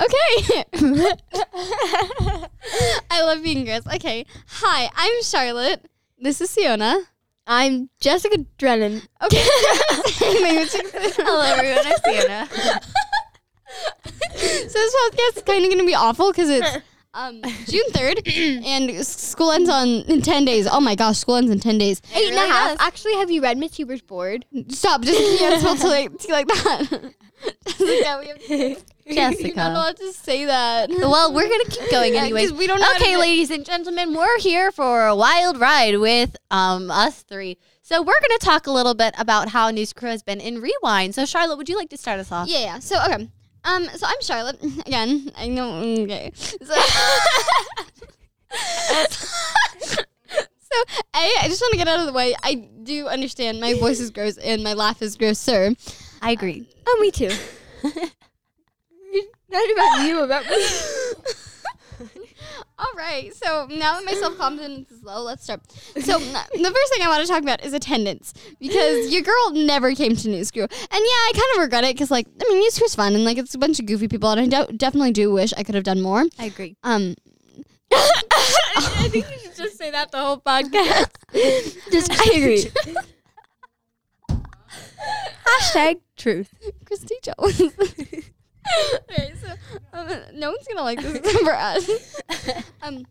Okay. I love being girls. Okay. Hi, I'm Charlotte. This is Siona. I'm Jessica Drennan. Okay. Hello, everyone. I'm Sienna. so this podcast is kind of going to be awful because it's um, June 3rd and s- school ends on in 10 days. Oh my gosh, school ends in 10 days. Eight and a really does. half. Actually, have you read Miss Huber's board? Stop. Just you can't spell to like, to like that. Jessica, we have You're not Jessica. allowed to say that. Well, we're gonna keep going Yeah, anyways. 'cause we don't know how to okay, do- ladies and gentlemen, we're here for a wild ride with um us three. So we're gonna talk a little bit about how News Crew has been in Rewind. So Charlotte, would you like to start us off? Yeah, yeah. So okay. Um, so I'm Charlotte again. I know. Okay. So, so a, I just want to get out of the way. I do understand my voice is gross and my laugh is gross, sir. I agree. Oh, me too. Not about you, about me. All right. So now that my self confidence is low, let's start. So uh, the first thing I want to talk about is attendance because your girl never came to News Crew, and yeah, I kind of regret it because like I mean News Crew's fun and like it's a bunch of goofy people, and I do- definitely do wish I could have done more. I agree. Um, I think you should just say that the whole podcast. Just I agree. Hashtag truth. Christy Jones. okay, so um, no one's gonna like this except for us. Um,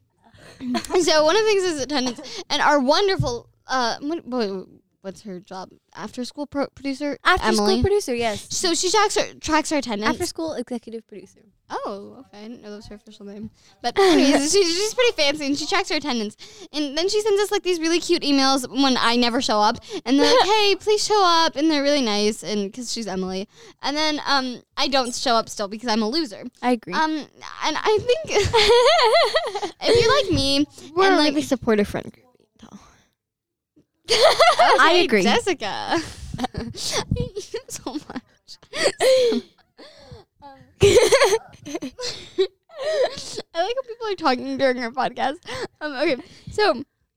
so one of the things is attendance, and our wonderful uh, what, what- what's her job? After school pro- producer After Emily. school producer, yes. so she tracks her tracks her attendance. After school executive producer. Oh, okay. I didn't know that was her official name. But anyways, she, she's pretty fancy and she tracks her attendance. And then she sends us like these really cute emails when I never show up. And they're like, hey, please show up. And they're really nice and because she's Emily. And then um, I don't show up still because I'm a loser. I agree. Um, and I think if you're like me, We're and, a like- really supportive friend group. I agree. Jessica. I hate you so much. I like how people are talking during our podcast. Um, okay, so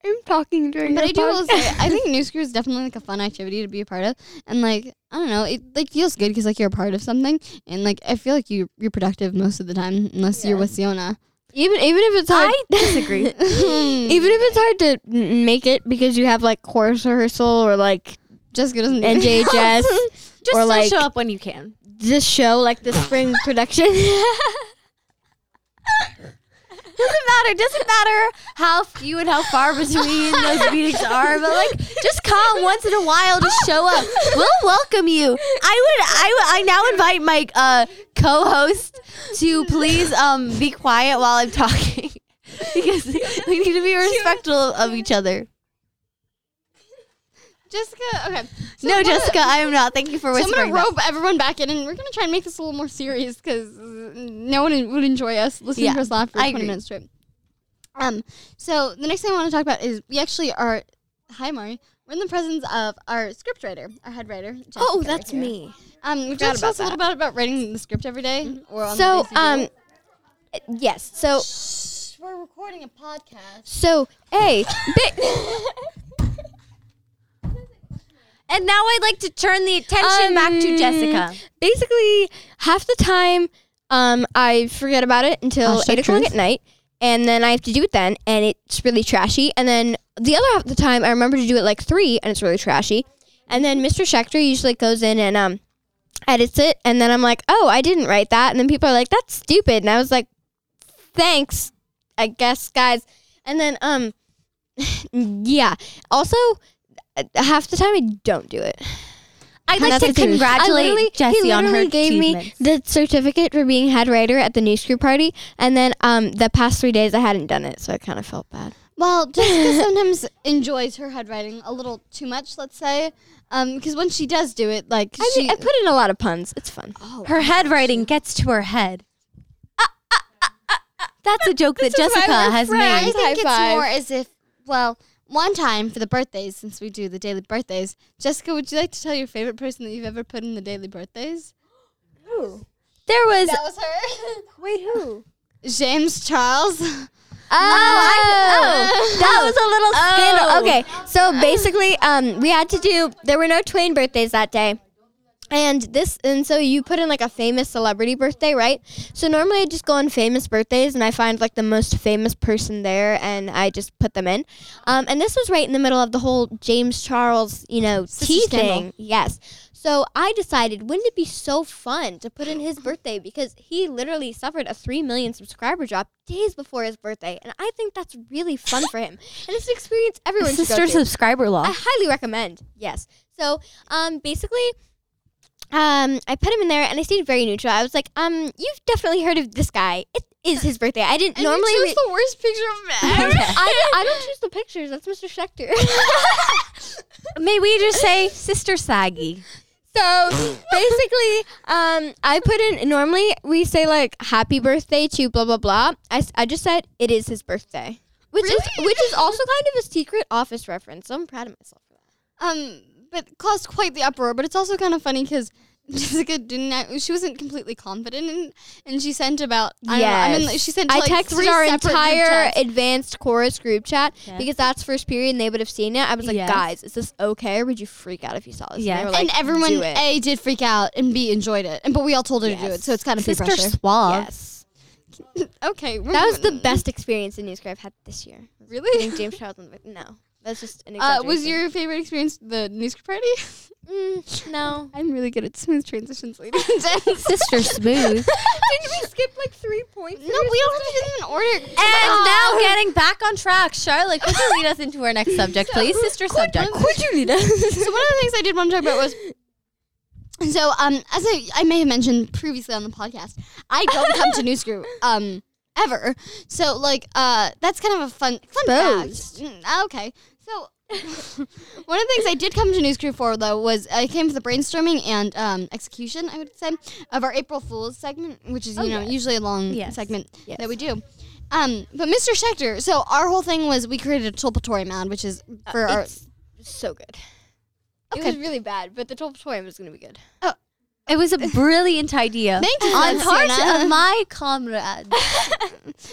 I'm talking during but your I do will podcast. say I think New Screw is definitely like a fun activity to be a part of, and like I don't know, it like feels good because like you're a part of something, and like I feel like you you're productive most of the time unless you're Yeah. with Siona. even even if it's hard, I disagree. even if it's hard to m- make it because you have like chorus rehearsal or like Jessica doesn't do it. NJHS Just or still like show up when you can. this show, like the spring production. Doesn't matter. Doesn't matter how few and how far between those meetings are. But like, just come once in a while to show up. We'll welcome you. I would. I, would- I now invite my uh, co-host to please um be quiet while I'm talking because we need to be respectful of each other. Jessica, okay. So No, what- Jessica, I am not. Thank you for So I'm whispering. gonna that. rope everyone back in, and we're gonna try and make this a little more serious because no one would enjoy us listening Yeah, to us laugh for I 20 agree. minutes straight. Um, so the next thing I want to talk about is we actually are. Hi, Mari. We're in the presence of our script writer, our head writer. Jessica oh, right that's here. me. Um, would you like to Forgot tell us a about little bit about Mm-hmm. writing the script every day or on So the um, yes. So um, we're recording a podcast. so a bit. And now I'd like to turn the attention back to Um, Jessica. basically half the time um, I forget about it until Hashtag eight o'clock truth. at night, and then I have to do it then, and it's really trashy. And then the other half of the time I remember to do it like three, and it's really trashy. And then Mr. Schechter usually goes in and um, edits it, and then I'm like, oh, I didn't write that, and then people are like, that's stupid, and I was like, thanks, I guess, guys. And then um, yeah. Also, uh, half the time I don't do it. I'd like That's to the thing. I literally- congratulate he Jessie on her literally gave me achievements. the certificate for being head writer at the news crew party, and then um, the past three days I hadn't done it, so I kind of felt bad. Well, Jessica sometimes enjoys her head writing a little too much, let's say, because when she does do it, like I, she. mean, I put in a lot of puns. It's fun. oh, Her head writing gets to her head. That's a joke that Jessica has I made. think High it's five. more as if, well, one time for the birthdays, since we do the daily birthdays, Jessica, would you like to tell your favorite person that you've ever put in the daily birthdays? There was. was her. Wait, who? James Charles. Oh, I, oh, that was a little scandal. Okay, so basically, um, we had to do. There were no Twain birthdays that day, And this, and so you put in like a famous celebrity birthday, right? So normally I just go on famous birthdays and I find like the most famous person there and I just put them in. Um, and this was right in the middle of the whole James Charles, you know, tea scandal. thing. Yes. So I decided, wouldn't it be so fun to put in his birthday because he literally suffered a 3 million subscriber drop days before his birthday. And I think that's really fun for him. And it's an experience everyone should go Sister through. subscriber law. I highly recommend. Yes. So, um, basically, um, I put him in there, and I stayed very neutral. I was like, um, you've definitely heard of this guy. It is his birthday. I didn't And normally. you chose re- the worst picture I, ever. don't- I don't choose the pictures. That's Mr. Schechter. May we just say Sister Saggy? so basically, um, I put in. Normally, we say like "Happy birthday" to blah blah blah. I, s- I just said it is his birthday, which is Really? which is also kind of a secret office reference. So I'm proud of myself for that. um, but caused quite the uproar. But it's also kind of funny because Jessica didn't. act- She wasn't completely confident, and and she sent about. I don't know, I mean, Yes. like, she sent. To I like texted three our separate group entire chats. advanced chorus group chat Yeah. because that's first period and they would have seen it. I was like, Yes. guys, is this okay or would you freak out if you saw this? Yes. And, they were and like, everyone do it. A did freak out and B enjoyed it, and but we all told her to do Yes. it, so it's kind of peer Sister pressure. Suave. yes. okay, we're That was the moving- best experience in New Square I've had this year. Getting Really, James Charles on the No. That's just an uh, exaggeration. was your favorite experience the news group party? Mm, no. I'm really good at smooth transitions, ladies and gents. Sister Smooth. Didn't we skip like three points? no, we don't have to do them in order. And Oh. now getting back on track, Charlotte, could you lead us into our next subject, please? Sister subject. could you lead us? so one of the things I did want to talk about was. So, um, as I, I may have mentioned previously on the podcast, I don't come to Newsgroup, um, ever. So, like, uh, that's kind of a fun, fun Exposed. fact. Mm, okay. So, one of the things I did come to Newsgroup for, though, was I came for the brainstorming and, um, execution, I would say, of our April Fool's segment, which is, you know, usually a long Yes. segment Oh, Yes. that we do. Um, but Mr. Schechter, so our whole thing was we created a tulpatory mound, which is for our, Uh, it's so good. It Okay. was really bad, but the top poem was gonna be good. It was a brilliant idea. Thank you, On part Sienna. of my comrades.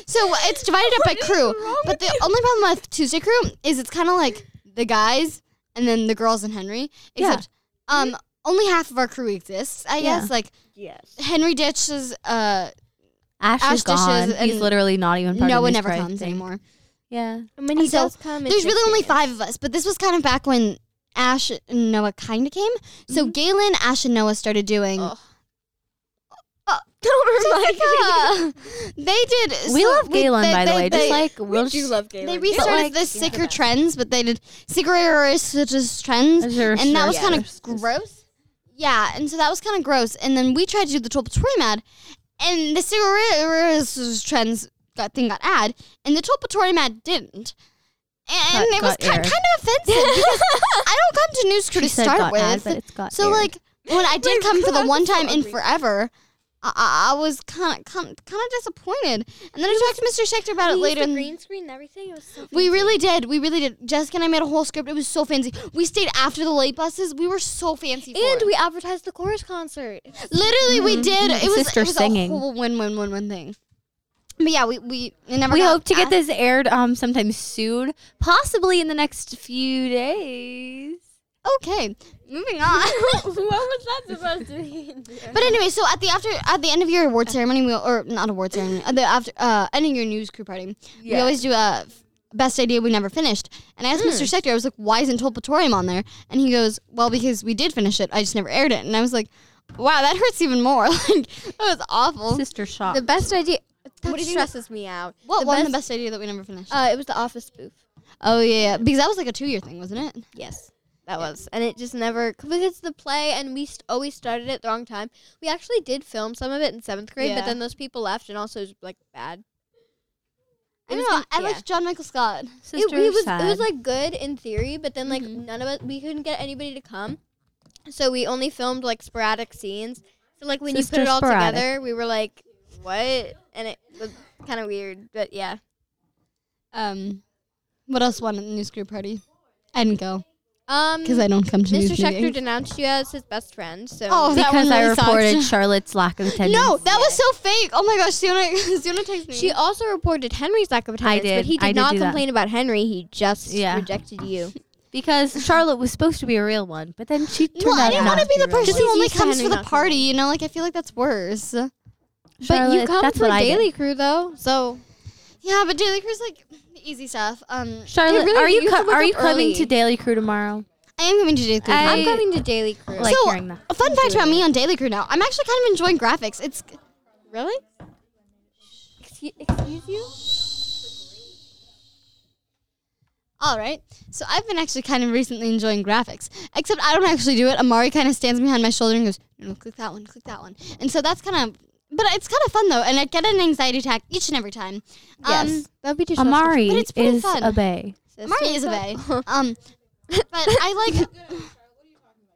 So it's divided up by crew. But the only problem with Tuesday crew is it's kind of like the guys and then the girls and Henry. Yeah. Except um, only half of our crew exists, I Yeah. guess. Like Yes. Henry ditches, uh, Ash, Ash is dishes gone. and- He's literally not even part of no one this ever pride comes thing. anymore. Yeah. And when he And so does come, it's There's an really only experience. five of us, but this was kind of back when Ash and Noah kind of came. So Mm-hmm. Galen, Ash, and Noah started doing. Ugh. Oh, Jessica! They did. we so love Galen, they- by the they- way. Just they- like we'll do just- love Galen. They Galen- restarted like, the she's the sicker best. trends, but they did sicker errors such as trends, Sure, and that sure, was kind sure. of gross. Yeah, and so that was kind of gross. And then we tried to do the Tolpatori ad, and the sicker errors trends got thing got ad, and the Tolpatori ad didn't. And Got- it was got ki- kind aired. of offensive because I don't come to news crew She to said start got with. ad, but it's got so aired. like when I did come for the God, one so time in ugly. forever, I- I, I was kind of kind of disappointed. And then I talked to Mr. Schechter about it We used later. the and- green screen and everything. It was so we fancy. really did. We really did. Jessica and I made a whole script. It was so fancy. We stayed after the late buses. We were so fancy. for and it. we advertised the chorus concert. literally we did. It was Mm-hmm. Sister it was singing. a whole win win win win thing. But yeah, we we it never. we got hope to get asked. this aired um sometime soon, possibly in the next few days. Okay, moving on. what was that supposed to mean? but anyway, so at the after at the end of your award ceremony, we or not award ceremony, at the after uh end of your news crew party, we Yeah. always do a f- best idea we never finished. And I asked Mr. Hmm. Sector, I was like, why isn't Tolpatorium on there? And he goes, well, because we did finish it. I just never aired it. And I was like. Wow, that hurts even more. like that was awful. Sister Shock. the best idea. That What do you think- stresses me out. What the won the best- best idea that we never finished? Uh, it was the office spoof. oh yeah, yeah, because that was like a two-year thing, wasn't it? Yes, that was, and it just never because the play, and we st- always started at the wrong time. We actually did film some of it in seventh grade, Yeah. but then those people left, and also it was like bad. I It don't was know. con- I yeah. liked John Michael Scott. It, Sister Mm-hmm. we was it Sad. was like good in theory, but then like none of us we couldn't get anybody to come, so we only filmed like sporadic scenes. So like when you Sister put it all sporadic. together, we were like, what? And it was kind of weird, but yeah. Um, what else won at the news group party? I didn't go Um, because I don't come to Mr. news Schechter meetings. denounced you as his best friend, so Oh, that because one I really sucked. reported Charlotte's lack of attendance. No, that was so fake. Oh my gosh, Siona, Siona texted me. She also reported Henry's lack of attendance, did. but he I did did not do that. complain about Henry. He just Yeah. rejected you. because Charlotte was supposed to be a real one, but then she turned Well, I out didn't want not to be the real person Just who only used to comes having for the not party. You know, like I feel like that's worse. one. But you Charlotte, come that's for what I did. Daily Crew though, so Yeah, but Daily Crew's like easy stuff. Um, Charlotte, really- are you you, used to co- wake are up you coming early. to Daily Crew tomorrow? I am coming to Daily Crew. I- I'm coming to Daily Crew. Like so, hearing that. a fun fact about me on Daily Crew now. I'm actually kind of enjoying graphics. It's really? Excuse, excuse you? all right. So I've been actually kind of recently enjoying graphics, except I don't actually do it. Amari kind of stands behind my shoulder and goes, "No, no, click that one, click that one," and so that's kind of. But it's kind of fun though, and I get an anxiety attack each and every time. Yes, Um, that'd be disrespectful. Amari But it's pretty is fun. a bay. Mari is a bay. Um, but I like.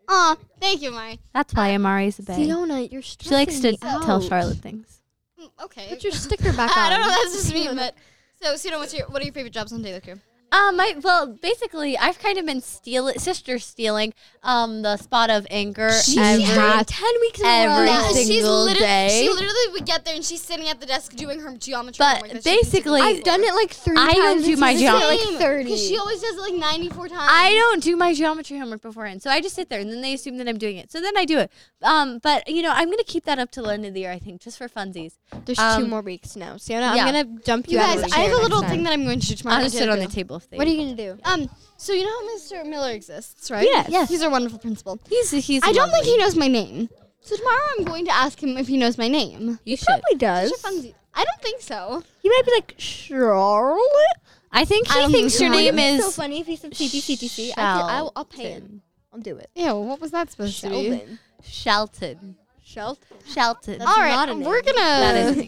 Aw, thank you, Mari. That's why Amari is a bay. Fiona, you're She likes to stressing me tell out. Charlotte things. Mm, Okay. Put your sticker back on. I don't know. That's just me. But so, Sina, what's your what are your favorite jobs on Daily Crew? Um, I well, basically, I've kind of been steal sister stealing um the spot of anger every ten weeks in every single she's literally, day. She literally would get there and she's sitting at the desk doing her geometry. But homework that she didn't do basically- before. I've done it like three I times. don't do and my she's job. done it Same, like thirty. 'cause she always does it like ninety four times. I don't do my geometry homework beforehand, so I just sit there and then they assume that I'm doing it. So then I do it. Um, but you know, I'm gonna keep that up till the end of the year, I think, just for funsies. There's two Um, more weeks now, Sienna. yeah. I'm gonna dump you, You out guys, of the I have chair a little next thing time. that I'm going to do tomorrow. I'll just sit on Daily the table if they. What are you gonna do? Crew. Um. So you know how Mr. Miller exists, right? Yes. Yes. He's our wonderful principal. He's he's. I don't think lovely. he knows my name. So tomorrow I'm going to ask him if he knows my name. you should. He does. Such a funsie. I don't think so. He might be like Charlotte. I think I he don't thinks think your so. name so is. funny if he said CTCTC. I will I'll pay him. Shelton. I'll do it. Ew, what was that supposed to be? Sheldon. Shelton. Shelton. Shelton. Um, All not a right, name. we're gonna. That is.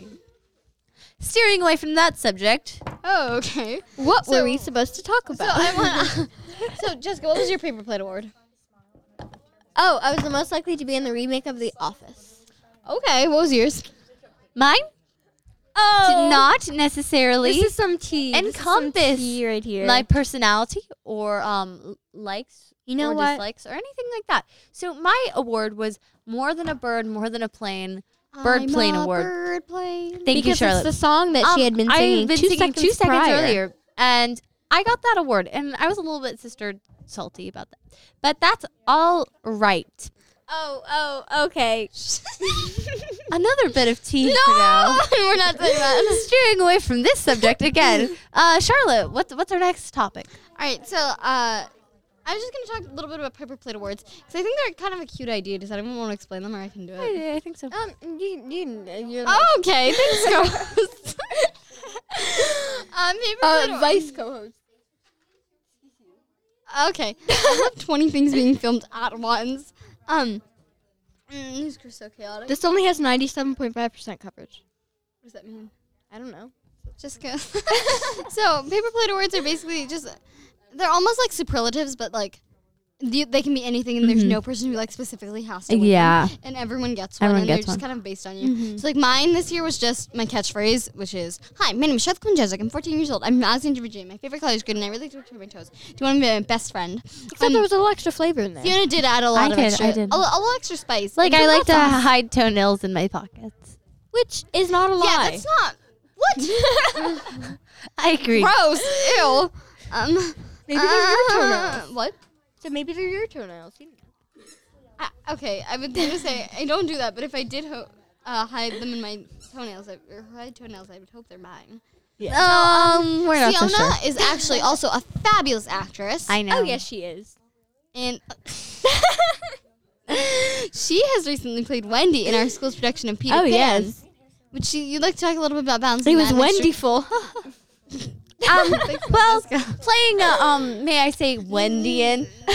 Steering away from that subject. Oh, okay. What So- were we supposed to talk So about? I want. so Jessica, what was your paper plate award? oh, I was the most likely to be in the remake of The Office. Okay, what was yours? Mine Oh, did not necessarily. This is some tea. This is some Encompass tea right here. my personality or um l- likes You know or what? dislikes or anything like that. So my award was more than a bird, more than a plane. Bird I'm plane a award. Bird plane. Thank because you, Charlotte. it's the song that Um, she had been singing, I've been two, singing seconds two seconds prior. earlier, and I got that award, and I was a little bit sister salty about that, but that's all right. Oh, oh, okay. Another bit of tea for now. We're not doing that. Steering away from this subject again. Uh, Charlotte, what's what's our next topic? All right, so uh, I was just gonna talk a little bit about paper plate awards because I think they're kind of a cute idea. Does anyone want to explain them, or I can do it? I think so. Um, you, you, you're like, Oh, okay, thanks, girls. um, paper plate uh, award- vice co-host. Okay. I love 20 things being filmed at once. Um, mm, these are so chaotic. This only has ninety-seven point five percent coverage. what does that mean? I don't know. Just go. so, paper plate awards are basically just, they're almost like superlatives, but like, the, they can be anything, and there's no person who like specifically has to. Win Mm-hmm. Yeah. them, and everyone gets one, Everyone and they're gets one. just Mm-hmm. kind of based on you. So, like mine this year was just my catchphrase, which is "Hi, my name is Shelf Kunjezik. I'm 14 years old. I'm Asian to Virginia. My favorite color is green, and I really like to turn my toes. Do you want to be my best friend?" Except there was a little extra flavor in there. Fiona did add a I lot of did, extra, I did. A, li- a little extra spice. Like And I some like to hot sauce. hide toenails in my pockets. Which is not a Yeah, lie. that's not what. I agree. Gross. Ew. Um. Maybe they're your uh, What? so maybe they're your toenails. You know. I, okay, I was gonna say I don't do that, but if I did ho- uh, hide them in my toenails, I, or hide toenails, I would hope they're mine. Um, we're Fiona is actually also a fabulous actress, I know. Oh yes, she is. and uh, she has recently played Wendy in our school's production of Peter Oh, Pan. yes. Which you, you'd like to talk a little bit about balancing. It was that and Wendyful. Um, Thanks, well, Jessica. playing a, um, may I say, Wendian. Um,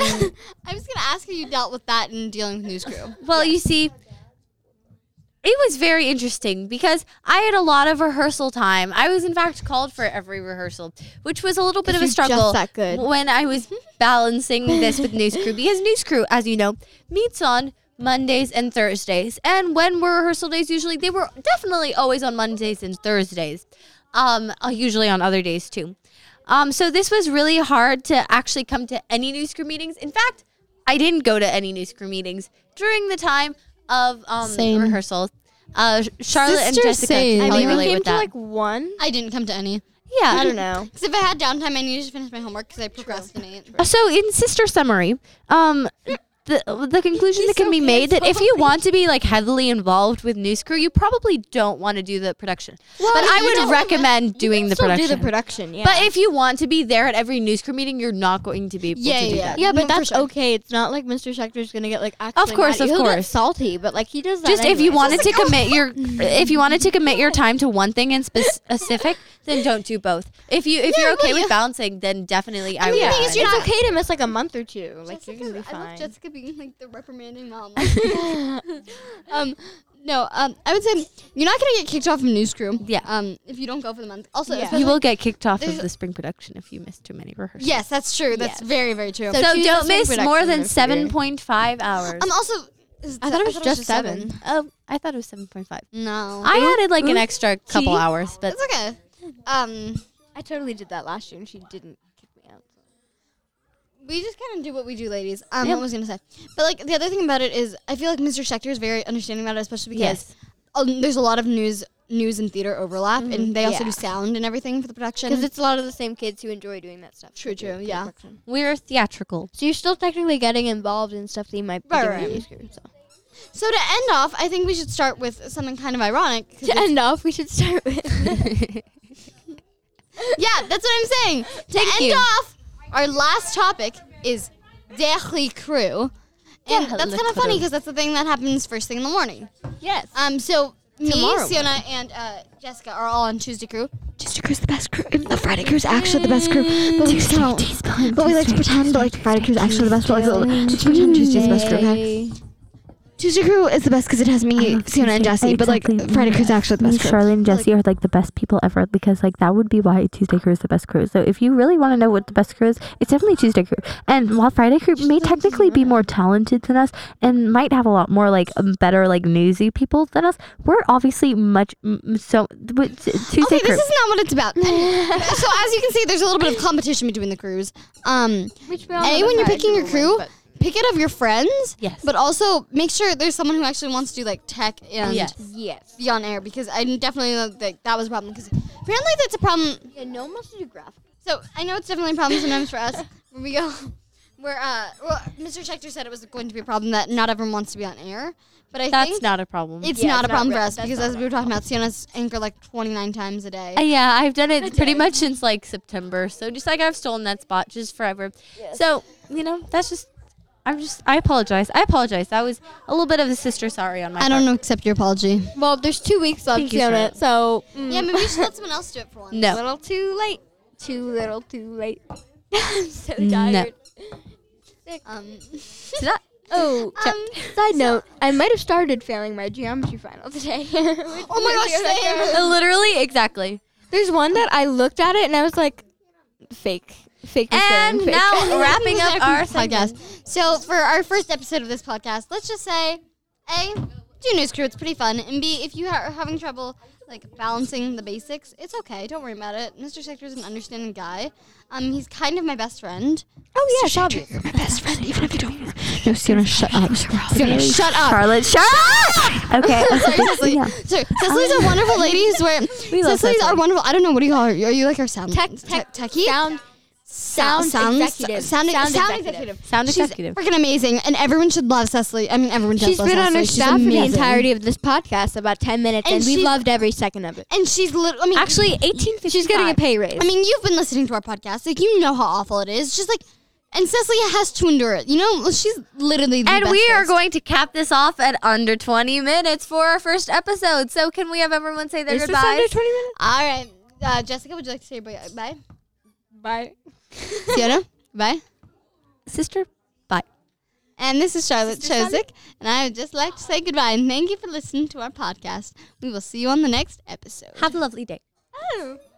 I was gonna ask if you dealt with that in dealing with news crew. well, you see, it was very interesting because I had a lot of rehearsal time. I was in fact called for every rehearsal, which was a little bit of a Because you're just struggle that good. when I was balancing this with news crew because news crew, as you know, meets on. Mondays and Thursdays. And when were rehearsal days usually? They were definitely always on Mondays and Thursdays. um, uh, usually on other days too. Um, so this was really hard to actually come to any news crew meetings. In fact, I didn't go to any news crew meetings during the time of um, Same. rehearsals. Uh, Charlotte and Sister Jessica same. can I probably mean, we relate came with to that. like one. I didn't come to any. Yeah. I don't know. Because if I had downtime, I needed to finish my homework because I procrastinate. Uh, So, in sister summary, um, the the conclusion that can be made that if you want to be like heavily involved with news crew, you probably don't want to do the production. but I would recommend doing the production. production, yeah. But if you want to be there at every news crew meeting, you're not going to be able Yeah, to do yeah, that. yeah. yeah, No, but for that's sure. okay. It's not like Mr. Schechter's gonna get like actually course, mad at you. of He'll get course. salty, but like he does that. Just if anyway. you wanted to commit your if you wanted to commit your time to one thing in spec- specific, then don't do both. If you if you're okay with balancing, then definitely I, mean, would. the thing is, recommend you're it. it's not- okay to miss like a month or two. Like you're gonna be Jessica- I love fine. Jessica being like the reprimanding mom. um, no, um, I would say you're not gonna get kicked off of news crew. Yeah. Um, if you don't go for the month. Also, Yeah. especially- you will get kicked off of There's- the spring production if you miss too many rehearsals. yes, that's true. That's very, very true. So choose don't the same miss more production than if you're- seven point five hours. um, also, is- I thought it was just seven. oh, I thought it was seven point five. No, I added like an extra couple Oopsie. hours, but it's okay. Um, I totally did that last year, and she didn't kick me out. we just kind of do what we do, ladies. Um, what was I gonna say? But like the other thing about it is, I feel like Mr. Schechter is very understanding about it, especially because yes, um, there's a lot of news, news and theater overlap, and they also Mm-hmm. Yeah. do sound and everything for the production. Because it's a lot of the same kids who enjoy doing that stuff. True, Do it true, for yeah. production. we're theatrical. So you're still technically getting involved in stuff that you might be Right, doing right. in your career, so. So to end off, I think we should start with something kind of ironic. 'cause To it's- end off, we should start with. yeah, that's what I'm saying. To end you. off, our last topic is Dehli Crew. And Dehli that's kind of funny Crew. because that's the thing that happens first thing in the morning. yes. Um, so me, Tomorrow Siona, and uh, Jessica are all on Tuesday Crew. Tuesday crew's the best crew. The Friday crew's actually the best crew. But we don't. But we like to pretend that like Friday crew's actually the best. But like, let's pretend Tuesday's the best crew. Okay? Tuesday crew is the best because it has me, Siona, and Jesse. But like Oh, Exactly. Friday crew's actually the Me, best crew. Charlotte and Jesse are like the best people ever because like that would be why Tuesday crew is the best crew. So if you really want to know what the best crew is, it's definitely Tuesday crew. And while Friday crew may technically be more talented than us and might have a lot more like um, better like newsy people than us, we're obviously much m- so but t- Tuesday Okay, crew. this is not what it's about. so as you can see, there's a little bit of competition between the crews. Um, Which we all know and the when you're prize picking your will win, crew, but- pick it of your friends. Yes. But also make sure there's someone who actually wants to do like tech and Yes. Yes. be on air because I definitely know that that was a problem because apparently that's a problem. Yeah, no one wants to do graphic. So I know it's definitely a problem sometimes for us when we go where uh well Mr. Schechter said it was going to be a problem that not everyone wants to be on air, but I That's think not a problem. it's Yeah, not it's a problem not for real- us that's because not as we were talking about, Sienna's anchor like 29 times a day. Uh, yeah, I've done it pretty much since like September. So just like I've stolen that spot just forever. So, you know, that's just I'm just I apologize. I apologize. That was a little bit of a sister sorry on my I don't know. Accept your apology. Well, there's two weeks left you, on it, so Yeah, maybe we should let someone else do it for once. No. a little too late. Too little, too late. I'm so No. tired. Um, Oh, ch- um, side note, I might have started failing my geometry final today. oh my gosh, same. Uh, Literally, exactly. There's one that I looked at it and I was like, fake, fake, is failing, And fake. now wrapping up our podcast. So for our first episode of this podcast, let's just say, a do news crew. It's pretty fun, and b if you are having trouble like balancing the basics, it's okay. Don't worry about it. Mr. Sector is an understanding guy. Um, he's kind of my best friend. oh yeah, Shabby. You're my best friend, even if you don't. No, Siona, shut up. Siona, Shut up. Charlotte, shut up. Okay. Sorry, Cecily. Yeah. Sorry, Cecily's a wonderful lady. Who's where love Cecily's our wonderful. I don't know what do you call her. Are you like our sound Tech- tech techie? Sound, sound, sound executive. Sound, sound, executive. executive. Sound She's executive. freaking amazing, and everyone should love Cecily. I mean, everyone does She's love been on Cecily. our She's staff for the amazing. entirety of this podcast, about 10 minutes, And and, we she's- loved every second of it. And she's lit I mean, Actually, 18 She's getting a pay raise. I mean, you've been listening to our podcast. Like, you know how awful it is. Just like, and Cecily has to endure it. You know, she's literally the And we are bestest. going to cap this off at under 20 minutes for our first episode. So can we have everyone say their Is this goodbyes? under 20 minutes? All right. Uh, Jessica, would you like to say bye? Bye. Bye. Sienna, bye. Sister And this is Charlotte Chozik. And I would just like to say goodbye and thank you for listening to our podcast. We will see you on the next episode. Have a lovely day. Oh.